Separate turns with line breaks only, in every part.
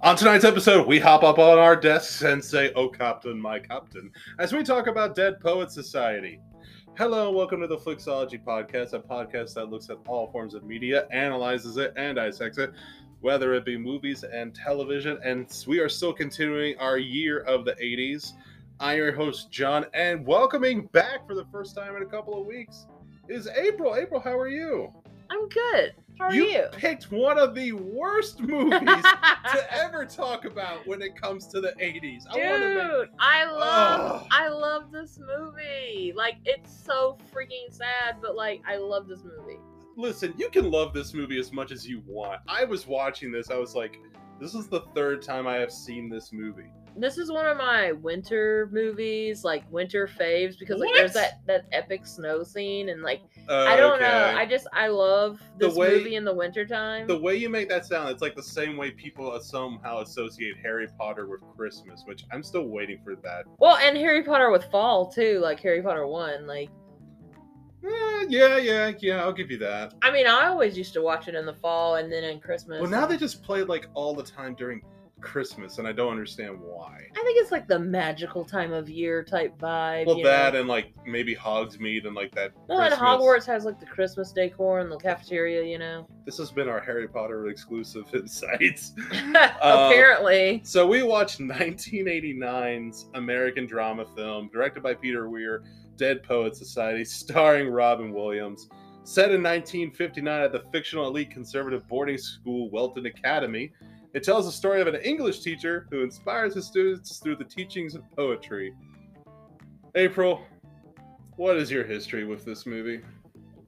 On tonight's episode, we hop up on our desks and say, Oh, Captain, my Captain, as we talk about Dead Poets Society. Hello, and welcome to the Flixology Podcast, a podcast that looks at all forms of media, analyzes it, and dissects it, whether it be movies and television. And we are still continuing our year of the 80s. I'm your host, John, and welcoming back for the first time in a couple of weeks is April. April, how are you?
I'm good. How are
you
you?
picked one of the worst movies to ever talk about when it comes to the 80s. I want to make
Dude, I love
Ugh.
I love this movie. Like it's so freaking sad, but like I love this movie.
listen, you can love this movie as much as you want. I was watching this, I was like, this is the third time I have seen this movie.
This is one of my winter movies, like winter faves, because like there's
What?
that that epic snow scene and like I don't know. I just I love
The
this
way-
movie in the wintertime.
the way you make that sound, it's like the same way people somehow associate Harry Potter with Christmas, which I'm still waiting for that.
well, and Harry Potter with fall too, like Harry Potter one. Like
Eh, yeah, yeah, yeah, I'll give you that.
I mean, I always used to watch it in the fall and then in Christmas.
Well, now they just play it, like all the time during Christmas, and I don't understand why.
I think it's like the magical time of year type vibe.
Well,
you know?
that and like maybe Hogsmeade and like that.
Well, and
Christmas-
Hogwarts has like the Christmas decor in the cafeteria, you know.
This has been our Harry Potter exclusive insights.
Apparently,
So we watched 1989's American drama film directed by Peter Weir, Dead Poet Society, starring Robin Williams. Set in 1959 at the fictional elite conservative boarding school Welton Academy, it tells the story of an English teacher who inspires his students through the teachings of poetry. April, what is your history with this movie?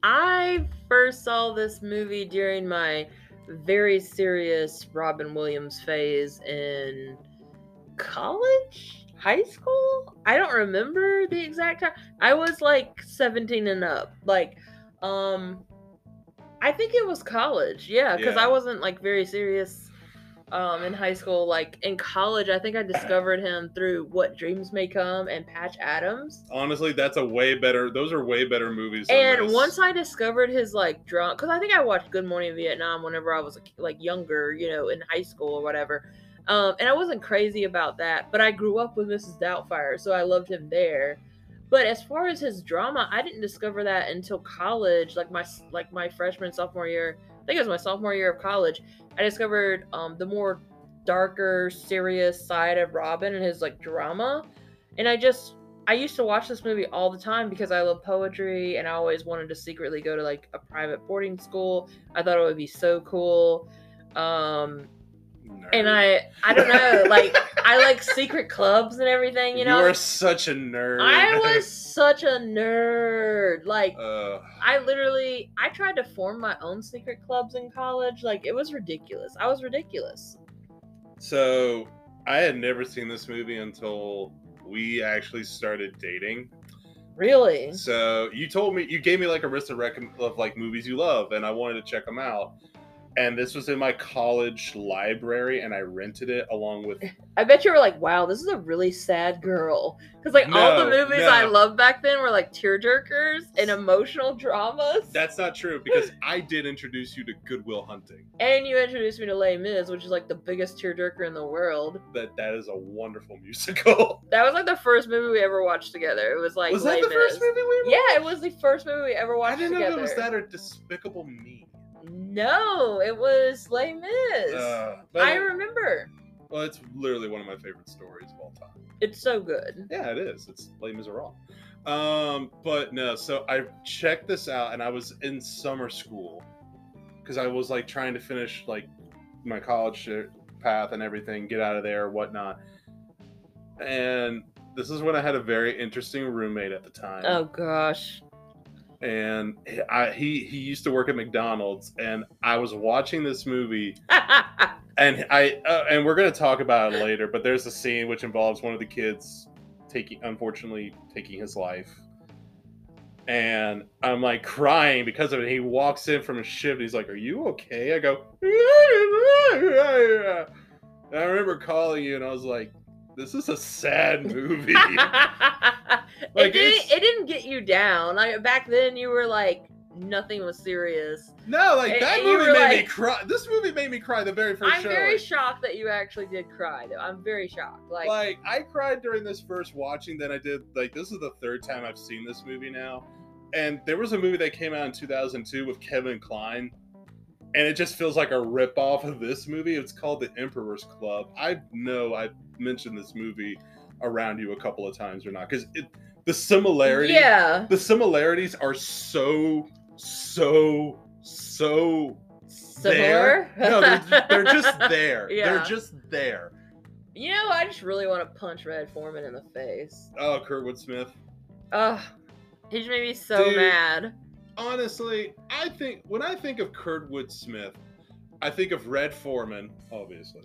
I first saw this movie during my very serious Robin Williams phase in college, high school. I don't remember the exact time. I was like 17 and up. Like, um, I think it was college. Yeah, because
Yeah.
I wasn't like very serious um, in high school. Like in college, I think I discovered him through What Dreams May Come and Patch Adams.
Honestly, that's a way better. Those are way better movies. Than
And
this.
once I discovered his like drunk, because I think I watched Good Morning Vietnam whenever I was like younger, you know, in high school or whatever. Um, and I wasn't crazy about that, but I grew up with Mrs. Doubtfire, so I loved him there. But as far as his drama, I didn't discover that until college, like my like my freshman sophomore year. I think it was my sophomore year of college. I discovered um, the more darker, serious side of Robin and his like drama, and I just I used to watch this movie all the time because I love poetry and I always wanted to secretly go to like a private boarding school. I thought it would be so cool. Um and
Nerd.
I I don't know, like I like secret clubs and everything, you know.
you are such a nerd.
I was such a nerd. Like
Uh,
I literally I tried to form my own secret clubs in college. Like it was ridiculous. I was ridiculous.
so I had never seen this movie until we actually started dating.
Really?
So you told me you gave me like a list of, rec- of like movies you love, and I wanted to check them out. And this was in my college library, and I rented it along with.
I bet you were like, wow, this is a really sad girl. Because, like, all the
No,
movies
no.
I loved back then were like tearjerkers and emotional dramas.
That's not true because I did introduce you to Goodwill Hunting.
and you introduced me to Les Mis, which is like the biggest tearjerker in the world.
That that is a wonderful musical.
That was like the first movie we ever watched together. It was like,
was that
Les
the first
Mis.
movie we?
Yeah, it was the first movie we ever
I
watched
didn't
together.
know if it was that or Despicable Me.
No, it was Les Mis.
Uh, but
I remember.
Well, it's literally one of my favorite stories of all time.
It's so good.
Yeah, it is. It's Les Miserables. Um, but no, so I checked this out and I was in summer school because I was like trying to finish like my college shit- path and everything, get out of there, whatnot. And this is when I had a very interesting roommate at the time
Oh, gosh.
and I, he he used to work at McDonald's, and I was watching this movie, and I uh, and we're gonna talk about it later, but there's a scene which involves one of the kids taking, unfortunately, taking his life, and I'm like crying because of it. He walks in from his shift, and he's like, "Are you okay?" I go, and I remember calling you, and I was like, "This is a sad movie."
it,
Like,
didn't,
it's-
it didn't get you down. Like back then, you were like, nothing was serious.
No, like
And-
that
and you
movie
were
made me
like-
cry. This movie made me cry the very 1st
I'm
show.
very
like-
shocked that you actually did cry though. I'm very shocked. Like,
like I cried during this first watching than I did like this is the third time I've seen this movie now. And there was a movie that came out in 2002 with Kevin Kline and it just feels like a ripoff of this movie. It's called The Emperor's Club. I know I've mentioned this movie around you a couple of times or not cuz it the similarity
yeah.
the similarities are so so so
Similar?
there. No, they're, ju- they're just there. They're
Yeah.
just there.
You know, I just really want to punch Red Foreman in the face.
Oh, Kurtwood Smith.
Ugh. He just made me so
Dude.
mad.
honestly, I think when I think of Kurtwood Smith, I think of Red Foreman, obviously.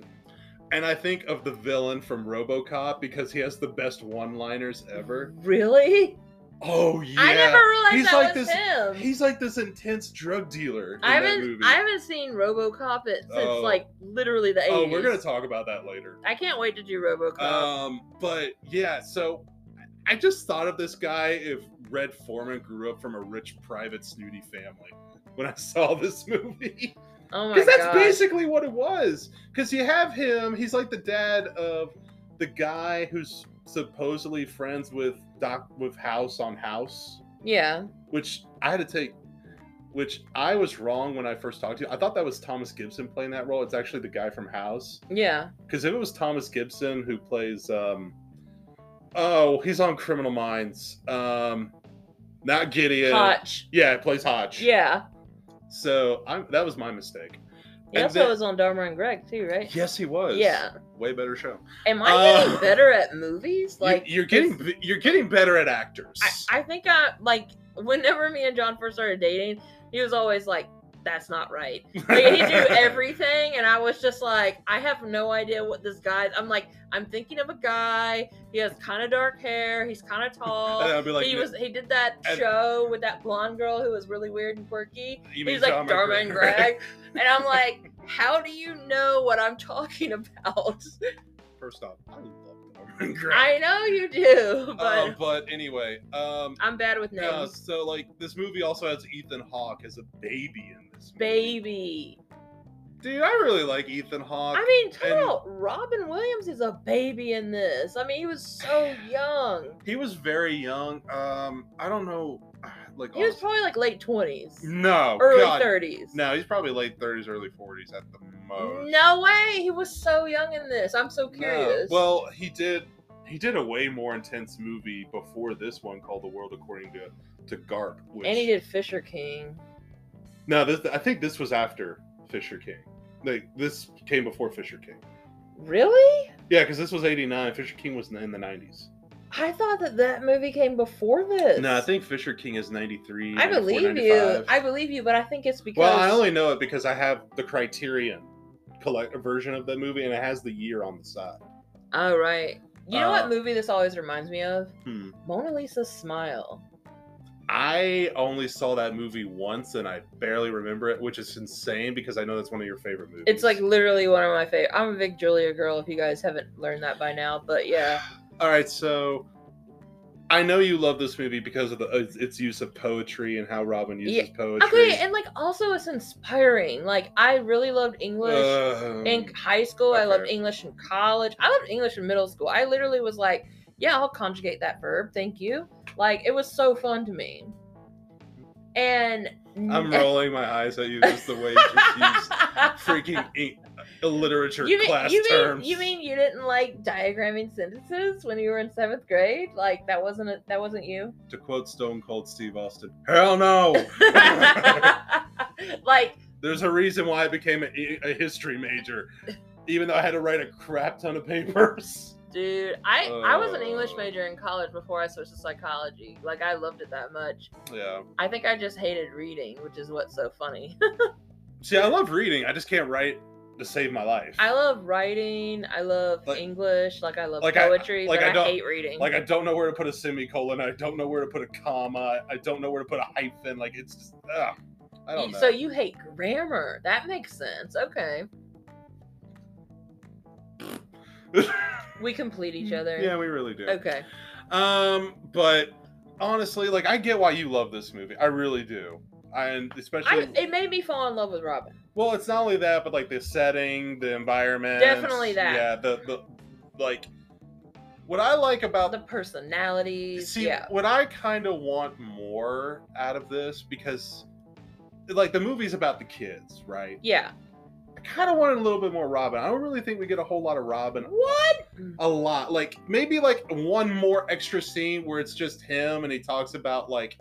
And I think of the villain from RoboCop because he has the best one-liners ever.
Really?
Oh yeah.
I never realized
He's
that
like
was
this-
him.
He's like this intense drug dealer in
I
that
haven't
movie.
I haven't seen RoboCop it since
Oh.
like literally the 80s.
oh, we're gonna talk about that later.
I can't wait to do RoboCop.
Um, but yeah, so I just thought of this guy if Red Foreman grew up from a rich private snooty family when I saw this movie.
oh my
Because that's
god.
basically what it was. Because you have him, he's like the dad of the guy who's supposedly friends with Doc with House on House,
yeah.
which I had to take. Which I was wrong when I first talked to you. I thought that was Thomas Gibson playing that role. It's actually the guy from House.
Yeah.
Because if it was Thomas Gibson who plays, um, oh, he's on Criminal Minds. Um, not Gideon.
Hotch.
Yeah, it plays Hodge.
Yeah.
So I'm, that was my mistake.
He
And
also
then-
was on Dharma and Greg too, right?
Yes, he was.
Yeah.
way better show.
Am I
Uh,
getting better at movies? Like
Like you're getting you're getting better at actors.
I, I think I like whenever me and John first started dating, he was always like, "That's not right." Like, he knew everything, and I was just like, "I have no idea what this guy." I'm like, I'm thinking of a guy. He has kind of dark hair. He's kind of
And
tall.
I'd be like,
he was he did that
and-
show with that blonde girl who was really weird and quirky.
You mean
He's like
Dharma
Dharma and
Greg."
Greg, and I'm like, "How do you know what I'm talking about?"
First off, I love Norman Grant.
I know you do, but
um, but anyway, um,
I'm bad with names.
yeah. So like, this movie also has Ethan Hawke as a baby in this. Movie.
Baby.
Dude, I really like Ethan Hawke.
I mean, talk
and-
about Robin Williams is a baby in this. I mean, he was so young.
he was very young. Um, I don't know, like
He was
honestly-
probably like late twenties,
no
early
God.
thirties.
No, he's probably late thirties, early forties at the most.
No way. He was so young in this. I'm so
No.
curious.
Well, he did. He did a way more intense movie before this one called The World According to to Garp. Which,
and he did Fisher King.
No, this I think this was after Fisher King. Like this came before Fisher King.
Really?
Yeah, because this was '89. Fisher King was in the '90s.
I thought that that movie came before this.
No, I think Fisher King is '93.
I believe you. I believe you, but I think it's because.
well, I only know it because I have the Criterion collect version of that movie, and it has the year on the side.
Oh right. You know
Uh,
what movie this always reminds me of?
Hmm.
Mona Lisa's Smile.
I only saw that movie once, and I barely remember it, which is insane because I know that's one of your favorite movies.
It's like literally one of my favorite. I'm a big Julia girl. If you guys haven't learned that by now, but yeah,
All right, so I know you love this movie because of the uh, its use of poetry and how Robin uses
Yeah.
poetry.
okay, and like also it's inspiring. Like I really loved English
Um,
in high school. I loved
okay.
English in college. I loved English in middle school. I literally was like, yeah, I'll conjugate that verb. Thank you. Like it was so fun to me. And
I'm rolling my eyes at you just the way you just used freaking ink, literature
You mean,
class
you, mean,
terms.
you mean you didn't like diagramming sentences when you were in seventh grade? Like that wasn't a, that wasn't you.
to quote Stone Cold Steve Austin, hell no.
like
There's a reason why I became a, a history major, even though I had to write a crap ton of papers.
dude i i was an english
Uh.
major in college before i switched to psychology like i loved it that much
Yeah.
i think i just hated reading which is what's so funny
See, I love reading. I just can't write to save my life.
i love writing i love
Like-
english like i love
like I-
poetry
like
but
I
i,
don't-
hate reading
like I don't know where to put a semicolon. I don't know where to put a comma. I don't know where to put a hyphen. Like it's just, ugh, I don't
You-
know.
so you hate grammar that makes sense okay we complete each other
Mm, yeah, we really do.
okay
Um, but honestly, like I get why you love this movie. I really do. and
I,
especially
it made me fall in love with Robin.
well, it's not only that, but like the setting, the environment,
Definitely that.
Yeah, the the like what I like about
The personalities.
See,
yeah.
what I kind of want more out of this because, like, the movie's about the kids, right?
Yeah.
I kind of wanted a little bit more Robin. I don't really think we get a whole lot of Robin.
What?
A lot, like maybe like one more extra scene where it's just him and he talks about like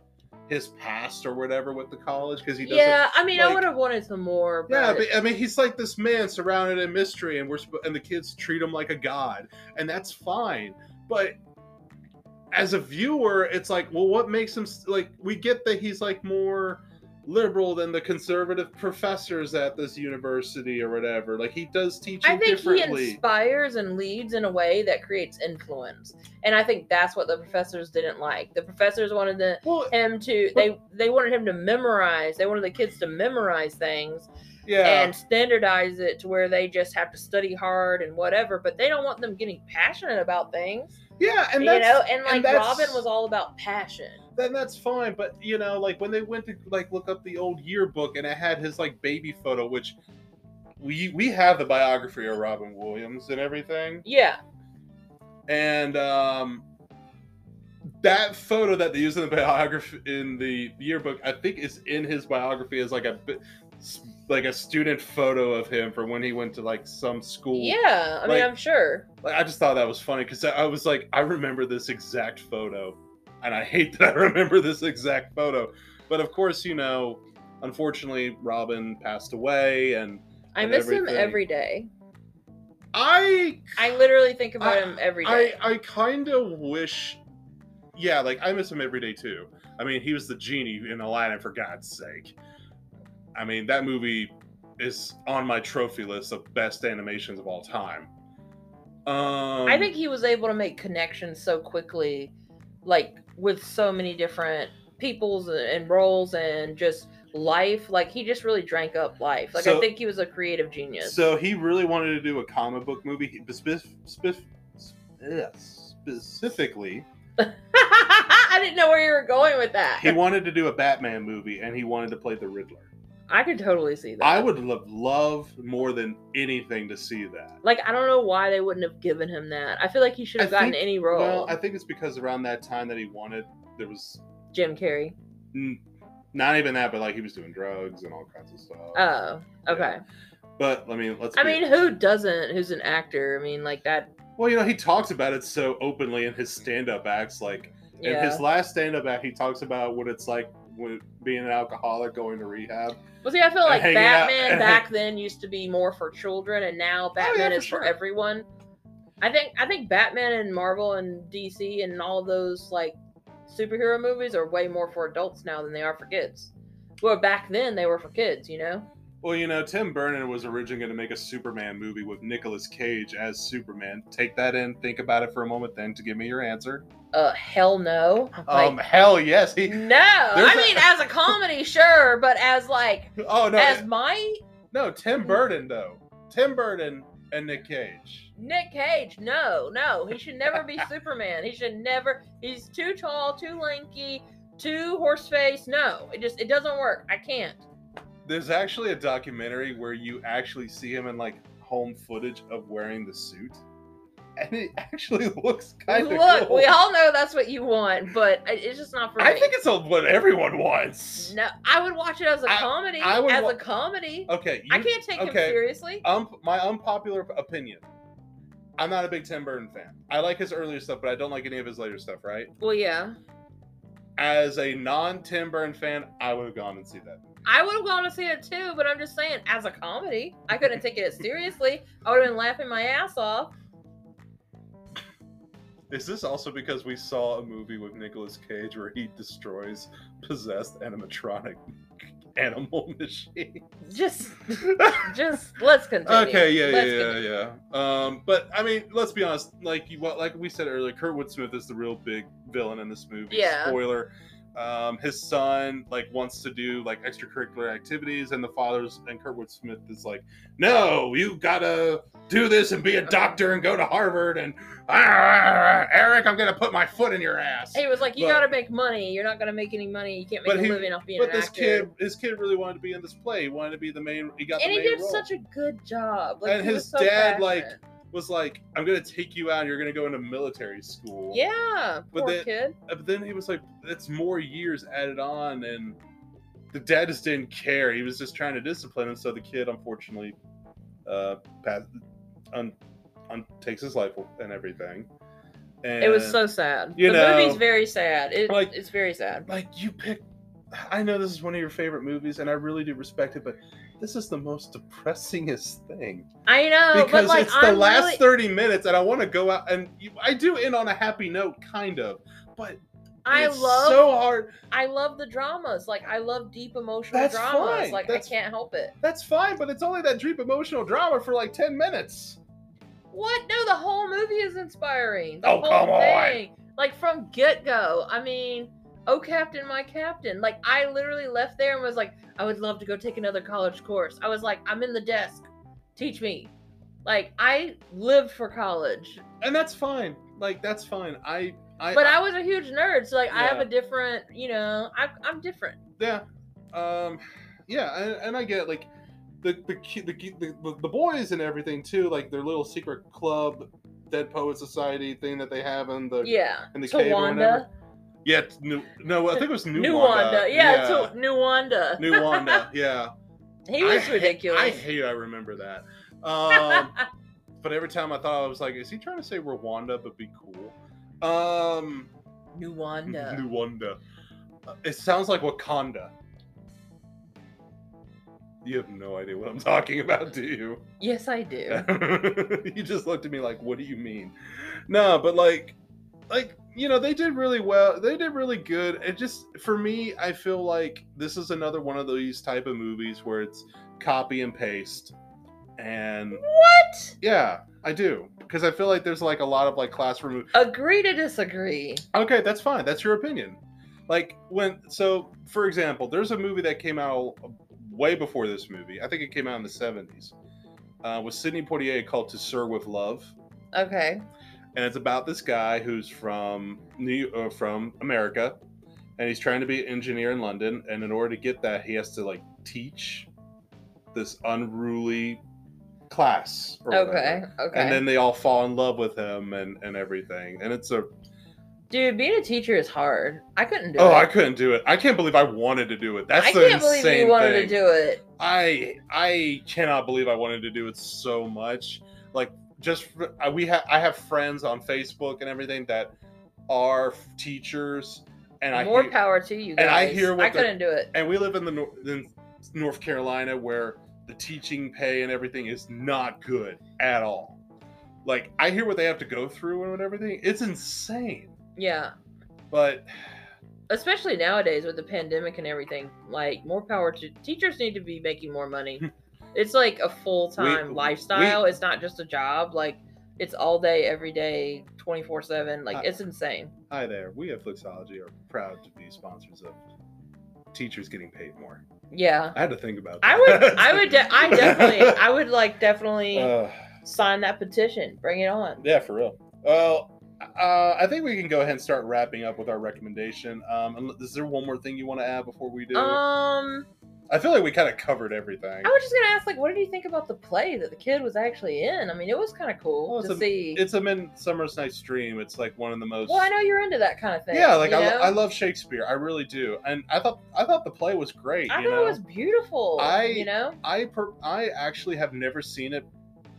his past or whatever with the college because he doesn't.
Yeah, I mean, I
like-
would have wanted some more. But
Yeah, but, I mean, he's like this man surrounded in mystery, and we're sp- and the kids treat him like a god, and that's fine. But as a viewer, it's like, well, what makes him s- like? We get that he's like more liberal than the conservative professors at this university or whatever. Like he does teaching
I think he
differently.
inspires and leads in a way that creates influence, and I think that's what the professors didn't like. The professors wanted the,
well,
him to they they wanted him to memorize. They wanted the kids to memorize things
yeah,
and standardize it to where they just have to study hard and whatever. But they don't want them getting passionate about things,
yeah, and
you
that's
know. And
and
like
that's-
Robin was all about passion.
then that's fine. But you know, like when they went to like look up the old yearbook and it had his like baby photo, which we we have the biography of Robin Williams and everything,
Yeah,
and um, that photo that they use in the biography in the yearbook, I think is in his biography as like a bi- s- like a student photo of him from when he went to like some school.
yeah. I mean,
Like-
I'm sure.
Like, I just thought that was funny because I I was like, I remember this exact photo, and I hate that I remember this exact photo. But of course, you know, unfortunately, Robin passed away, and
I
and
miss him
everything.
every day.
I,
I literally think about
I-
him every
I,
day.
I kind of wish, yeah, like I miss him every day too. I mean, he was the genie in Aladdin for God's sake. I mean, that movie is on my trophy list of best animations of all time. Um,
I think he was able to make connections so quickly, like with so many different peoples and- and roles and just life. Like he just really drank up life. Like I
So-
think he was a creative genius.
So he really wanted to do a comic book movie. He, spef, spef, ugh, specifically,
I didn't know where you were going with that.
he wanted to do a Batman movie, and he wanted to play the Riddler.
I could totally see that.
I would love, love more than anything to see that.
like I don't know why they wouldn't have given him that. I feel like he should have
I
gotten
think-
any role.
Well, I think it's because around that time that he wanted, there was
Jim Carrey.
n- not even that, but like he was doing drugs and all kinds of stuff.
Oh, okay.
But I mean, let's.
I
be-
mean, who doesn't? Who's an actor? I mean, like that.
well, you know, he talks about it so openly in his stand-up acts, like.
Yeah.
In his last stand-up act, he talks about what it's like when, being an alcoholic going to rehab.
Well, see, I feel like
Uh, hanging out- Oh,
Batman back then used to be more for children, and now Batman
for
is for
sure.
everyone. I think I think Batman and Marvel and DC and all those like superhero movies are way more for adults now than they are for kids. Well, back then they were for kids, you know.
Well, you know, Tim Burton was originally going to make a Superman movie with Nicolas Cage as Superman. Take that in, think about it for a moment, then to give me your answer.
Uh, hell no. Like,
um, hell yes. He.
no. I
there's a-
mean, as a comedy, sure, but as like
Oh no,
as my
no, Tim Burton though. Tim Burton and Nick Cage.
Nick Cage, no, no, he should never be Superman. He should never. He's too tall, too lanky, too horse face. No, it just it doesn't work. I can't.
There's actually a documentary where you actually see him in like home footage of wearing the suit, and it actually looks kind of
Look,
cool.
we all know that's what you want, but it- it's just not for
I
me.
think it's a, what everyone wants.
no, I would watch it as a
I-
comedy.
I would
as
wa-
a comedy,
Okay, you,
I can't take him
okay.
seriously.
um, my unpopular opinion. I'm not a big Tim Burton fan. I like his earlier stuff, but I don't like any of his later stuff. Right?
well, yeah,
As a non Tim Burton fan, I would have gone and see that.
I would have gone to see it too, but I'm just saying, as a comedy, I couldn't take it seriously. I would have been laughing my ass off.
Is this also because we saw a movie with Nicolas Cage where he destroys possessed animatronic animal machine?
Just, just let's continue.
Okay, yeah,
Let's
yeah,
continue.
yeah, yeah. Um, but I mean, let's be honest. Like you, well, like we said earlier, Kurtwood Smith is the real big villain in this movie.
Yeah.
Spoiler. um, his son like wants to do like extracurricular activities, and the father's and Kurtwood Smith is like, "No, you gotta do this and be a doctor and go to Harvard." And "Ah, Eric, I'm gonna put my foot in your ass.
He was like, "You
But-
gotta make money. You're not gonna make any money. You can't make
But
a
he-
living off being
But
an
this
actor."
kid, this kid really wanted to be in this play. He wanted to be the main. He got
and
the
he
main
did
role.
such a good job. Like,
And
he was
his
so
dad, like,
passionate.
was like, "I'm gonna take you out. and You're gonna go into military school."
yeah,
But
poor
then-
kid.
Uh, But then he was like, "That's more years added on," and the dad just didn't care. He was just trying to discipline him. So the kid, unfortunately, uh, passed, un, un, takes his life and everything. And
It was so sad.
you
the
know,
movie's very sad. It,
like-
it's very sad.
like you pick. I know this is one of your favorite movies, and I really do respect it, but this is the most depressingest thing.
I know,
because
but like
it's the
I'm
last
really,
30 minutes and i want to go out and you, i do end on a happy note kind of but
I
it's
love,
so hard
I love the dramas. Like I love deep emotional
That's
dramas.
fine.
Like
That's-
I can't help it.
that's fine but it's only that deep emotional drama for like 10 minutes
What? No, the whole movie is inspiring. The
Oh,
whole
come on.
thing. Like from get go. I mean, oh captain, my captain. Like I literally left there and was like, I would love to go take another college course. I was like, I'm in the desk. Teach me. Like I lived for college.
and that's fine like that's fine i i
But I was a huge nerd, so like I have
Yeah.
a different, you know, I, I'm different.
yeah um yeah and, and i get like the the, ki- the ki- the the the boys and everything too like their little secret club dead poet society thing that they have in the
Yeah.
in the cave or
Tawanda.
whatever. yeah it's new, no i think it was new,
Nuwanda. Yeah,
yeah.
yeah. Nuwanda.
new wanda yeah
he was
I hate-
ridiculous.
I hate I remember that. Um, but every time I thought I was like, is he trying to say Rwanda but be cool? Um,
Nuwanda.
Rwanda. It sounds like Wakanda. You have no idea what I'm talking about, do you?
Yes, I do.
you just looked at me like, "What do you mean?" No, but like, like you know, they did really well. They did really good. It just for me, I feel like this is another one of these type of movies where it's copy and paste, and
What?
yeah, I do because I feel like there's like a lot of like classroom. mov-
Agree to disagree.
Okay, that's fine. That's your opinion. Like when so for example, there's a movie that came out way before this movie. I think it came out in the 70s. Uh, with Sidney Poitier called To Sir with Love,
Okay.
and it's about this guy who's from New uh, from America, and he's trying to be an engineer in London, and in order to get that, he has to like teach this unruly class. or whatever.
Okay. Okay.
And then they all fall in love with him and and everything, and it's a
Dude, being a teacher is hard. I couldn't do
Oh,
it.
I couldn't do it. I can't believe I wanted to do it. That's
I
the
can't believe
insane
you wanted
thing.
to do it.
I I cannot believe I wanted to do it so much. Like just fr- I- we have I have friends on Facebook and everything that are f- teachers, and I
More
hear-
power to you guys.
and I hear what
I
the-
couldn't do it.
and we live in the nor- in North Carolina where the teaching pay and everything is not good at all. Like I hear what they have to go through and everything. It's insane.
Yeah.
But
Especially nowadays with the pandemic and everything. Like, more power to teachers need to be making more money. it's like a full time
We-
lifestyle. it's not just a job. Like, it's all day, every day, 24 7. Like,
I-
it's insane.
Hi there. We at Flixology are proud to be sponsors of teachers getting paid more.
Yeah.
I had to think about that.
I would, I would, de- I definitely, I would like definitely
Uh,
sign that petition. Bring it on.
yeah, for real. Well, uh, I think we can go ahead and start wrapping up with our recommendation. Um, unle- is there one more thing you want to add before we do?
Um,
I feel like we kind of covered everything.
I was just gonna ask, like, what did you think about the play that the kid was actually in? I mean, it was kind of cool
Well, Oh, it's
to
a-
see.
It's a Midsummer's Night's Dream. It's like one of the most.
well, I know you're into that kind of thing.
Yeah, like
you
I, lo-
know?
I love Shakespeare. I really do. And I thought I thought the play was great.
I
you
thought
know?
it was beautiful.
I-
you know,
I per- I actually have never seen it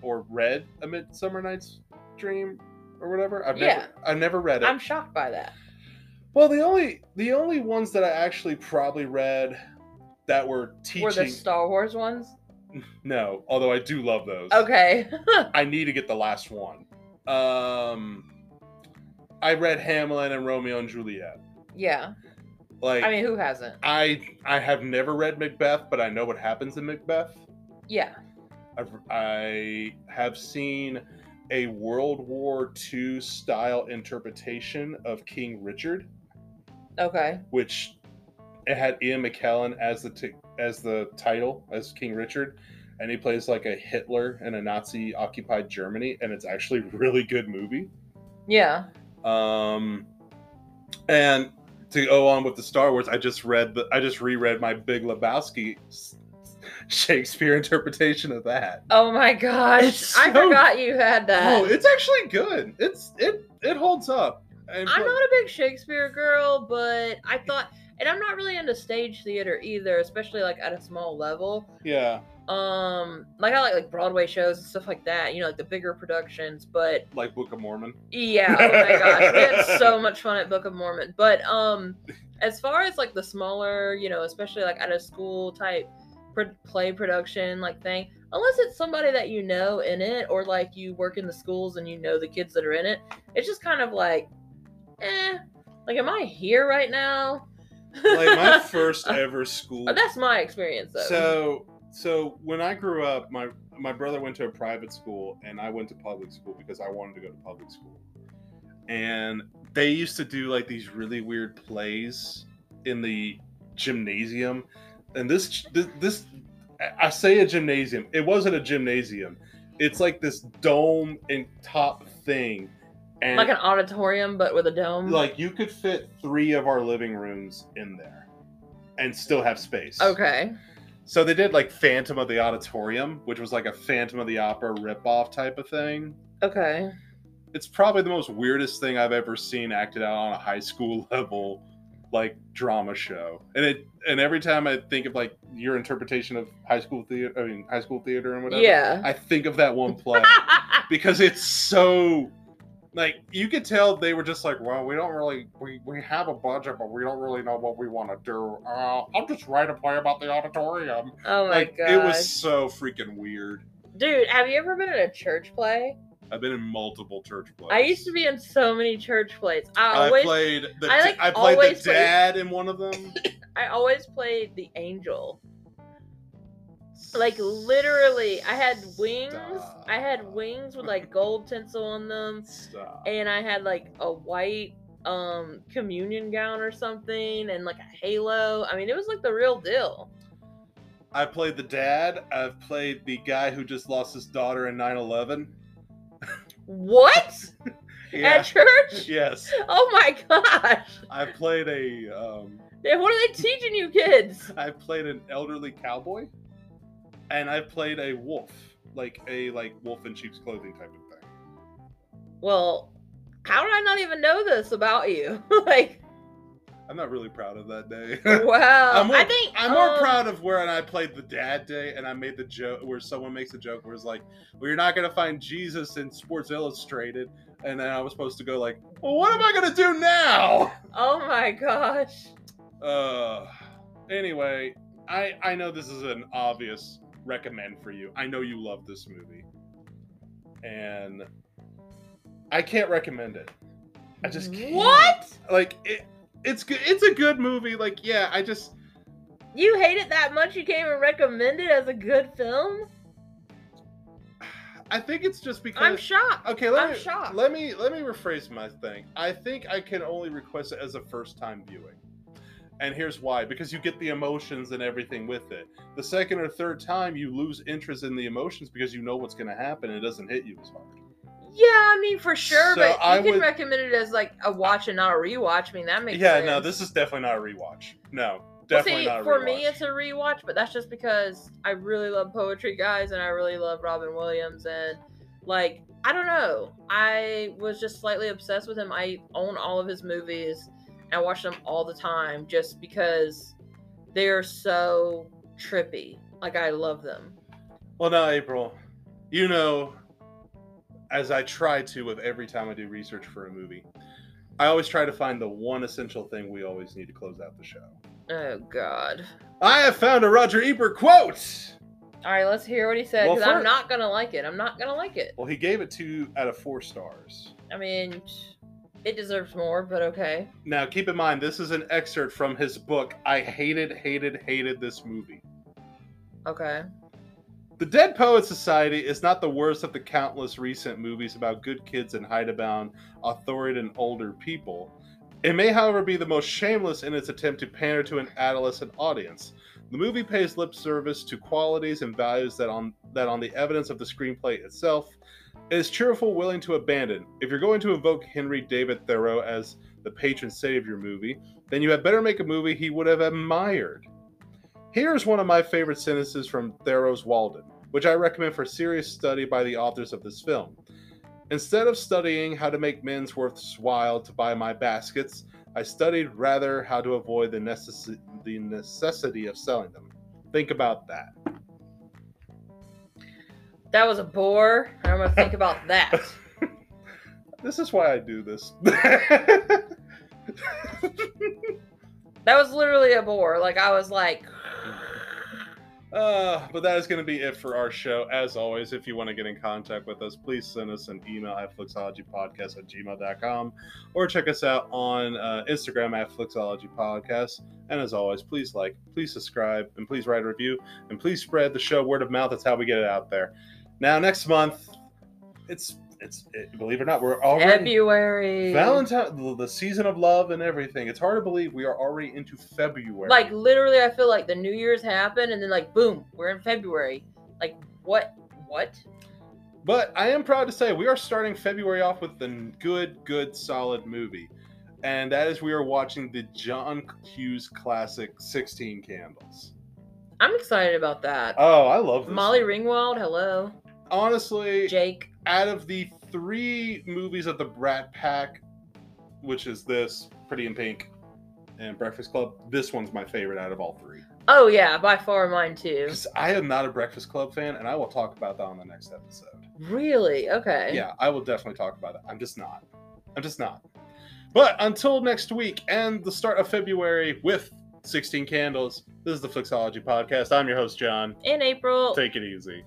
or read A Midsummer Night's Dream or whatever. I've never
Yeah.
I've never read it.
I'm shocked by that.
Well, the only the only ones that I actually probably read that were
Were the
teaching
Star Wars ones
No, although I do love those.
okay?
I need to get the last one. Um I read Hamlet and Romeo and Juliet.
yeah,
Like
I mean, who hasn't?
I I have never read Macbeth, but I know what happens in Macbeth.
Yeah,
I've, I have seen a World War II style interpretation of King Richard
Okay.
which it had Ian McKellen as the t- as the title as King Richard, and he plays like a Hitler in a Nazi occupied Germany, and it's actually a really good movie.
Yeah.
Um, and to go on with the Star Wars, I just read the I just reread my Big Lebowski s- Shakespeare interpretation of that.
Oh my gosh.
It's
I
so-
forgot you had that.
Oh, it's actually good. It's it it holds up. And-
I'm not a big Shakespeare girl, but I thought, and I'm not really into stage theater either, especially like at a small level.
yeah,
Um, like I like like Broadway shows and stuff like that. You know, like the bigger productions. But
like Book of Mormon.
yeah, oh my gosh, we had so much fun at Book of Mormon. But um, as far as like the smaller, you know, especially like at a school type pr- play production like thing, unless it's somebody that you know in it or like you work in the schools and you know the kids that are in it, it's just kind of like, eh, like am I here right now?
Like my first ever school.
But that's my experience though.
So so when I grew up, my my brother went to a private school and I went to public school because I wanted to go to public school. And they used to do like these really weird plays in the gymnasium. And this this, this I- I say a gymnasium. It wasn't a gymnasium. It's like this dome and top thing. And
like an auditorium but with a dome.
like you could fit 3 of our living rooms in there and still have space.
okay.
So they did like Phantom of the Auditorium, which was like a Phantom of the Opera ripoff type of thing.
Okay.
It's probably the most weirdest thing I've ever seen acted out on a high school level like drama show. And it and every time I think of like your interpretation of high school theater, I mean high school theater and whatever,
Yeah.
I think of that one play because it's so like you could tell they were just like, well, we don't really we, we have a budget, but we don't really know what we want to do. Uh, I'll just write a play about the auditorium
oh my
like
gosh.
it was so freaking weird.
Dude, have you ever been in a church play?
I've been in multiple church plays.
I used to be in so many church plays. I
I
always, I,
played the
I,
I,
like,
I played
always
the
played-
dad in one of them.
always played the angel. Like literally, I had wings. I had
Stop.
wings with like gold tinsel on them,
Stop.
and I had like a white um communion gown or something, and like a halo. I mean, it was like the real deal.
I played the dad. I've played the guy who just lost his daughter in 9/11.
What at church?
yes.
Oh my gosh!
I played a um
Yeah, What are they teaching you kids?
I played an elderly cowboy and I played a wolf, like a like wolf in sheep's clothing type of thing.
Well, how did I not even know this about you? like,
I'm not really proud of that day.
wow.
I'm more-
I think
I'm more
um,
proud of where I played the dad day and I made the joke where someone makes a joke where it's like, well, you're not going to find Jesus in Sports Illustrated. And then I was supposed to go like, well, what am I going to do now?
Oh my gosh.
Uh, anyway, I, I know this is an obvious recommend for you. I know you love this movie. And I can't recommend it. I just can't.
What?
Like, it, it's good. It's a good movie. Like, yeah, I just,
You hate it that much you can't even recommend it as a good film?
I think it's just because.
I'm shocked.
Okay, let
I'm
me,
shocked.
let me let me rephrase my thing. I think I can only request it as a first time viewing. And here's why because you get the emotions and everything with it. The second or third time you lose interest in the emotions because you know what's going to happen and it doesn't hit you as hard.
Yeah, I mean for sure,
So
but you
I
can
would-
recommend it as like a watch and not a rewatch. I mean that makes
yeah,
sense.
no, this is definitely not a rewatch. No,
Well,
definitely
see,
not a
for
rewatch.
me it's a rewatch, but that's just because I really love poetry guys and I really love Robin Williams and like I don't know. I was just slightly obsessed with him. I own all of his movies and I watch them all the time just because they're so trippy. Like I love them.
Well, now, April, you know, as I try to with every time I do research for a movie, I always try to find the one essential thing we always need to close out the show.
Oh God!
I have found a Roger Ebert quote.
All right, let's hear what he said
Well,
because I'm
fir-
not gonna like it. I'm not gonna like it.
Well, he gave it two out of four stars.
I mean, it deserves more, but okay.
Now, keep in mind, this is an excerpt from his book, I Hated, Hated, Hated This Movie.
Okay.
The Dead Poets Society is not the worst of the countless recent movies about good kids and hidebound, authority, and older people. It may, however, be the most shameless in its attempt to pander to an adolescent audience. The movie pays lip service to qualities and values that on that on the evidence of the screenplay itself it is cheerful, willing to abandon. If you're going to invoke Henry David Thoreau as the patron saint of your movie, then you had better make a movie he would have admired. Here's one of my favorite sentences from Thoreau's Walden, which I recommend for serious study by the authors of this film. Instead of studying how to make men's worthwhile to buy my baskets, I studied rather how to avoid the, necess- the necessity of selling them. Think about that.
That was a bore. and I'm gonna think about that.
This is why I do this.
That was literally a bore. Like I was like,
Uh, but that is going to be it for our show. As always, if you want to get in contact with us, please send us an email at flixologypodcast at gmail.com or check us out on uh, Instagram at flixologypodcast. And as always, please like, please subscribe, and please write a review, and please spread the show word of mouth. That's how we get it out there. Now, next month, it's, it's it, believe it or not, we're already
February.
Valentine, the- the season of love and everything. It's hard to believe we are already into February.
Like literally, I feel like the New Year's happened, and then like boom, we're in February. Like what? What?
But I am proud to say we are starting February off with a good, good, solid movie. And that is we are watching the John Hughes classic 16 Candles.
I'm excited about that.
Oh, I love this.
Molly Ringwald, hello.
Honestly,
Jake.
out of the three movies of the Brat Pack, which is this, Pretty in Pink, and Breakfast Club, this one's my favorite out of all three.
Oh yeah, by far mine too.
Because I am not a Breakfast Club fan, and I will talk about that on the next episode.
Really? Okay.
yeah, I will definitely talk about it. I'm just not. I'm just not. But until next week and the start of February with 16 Candles, this is the Flixology Podcast. I'm your host, John.
In April.
Take it easy.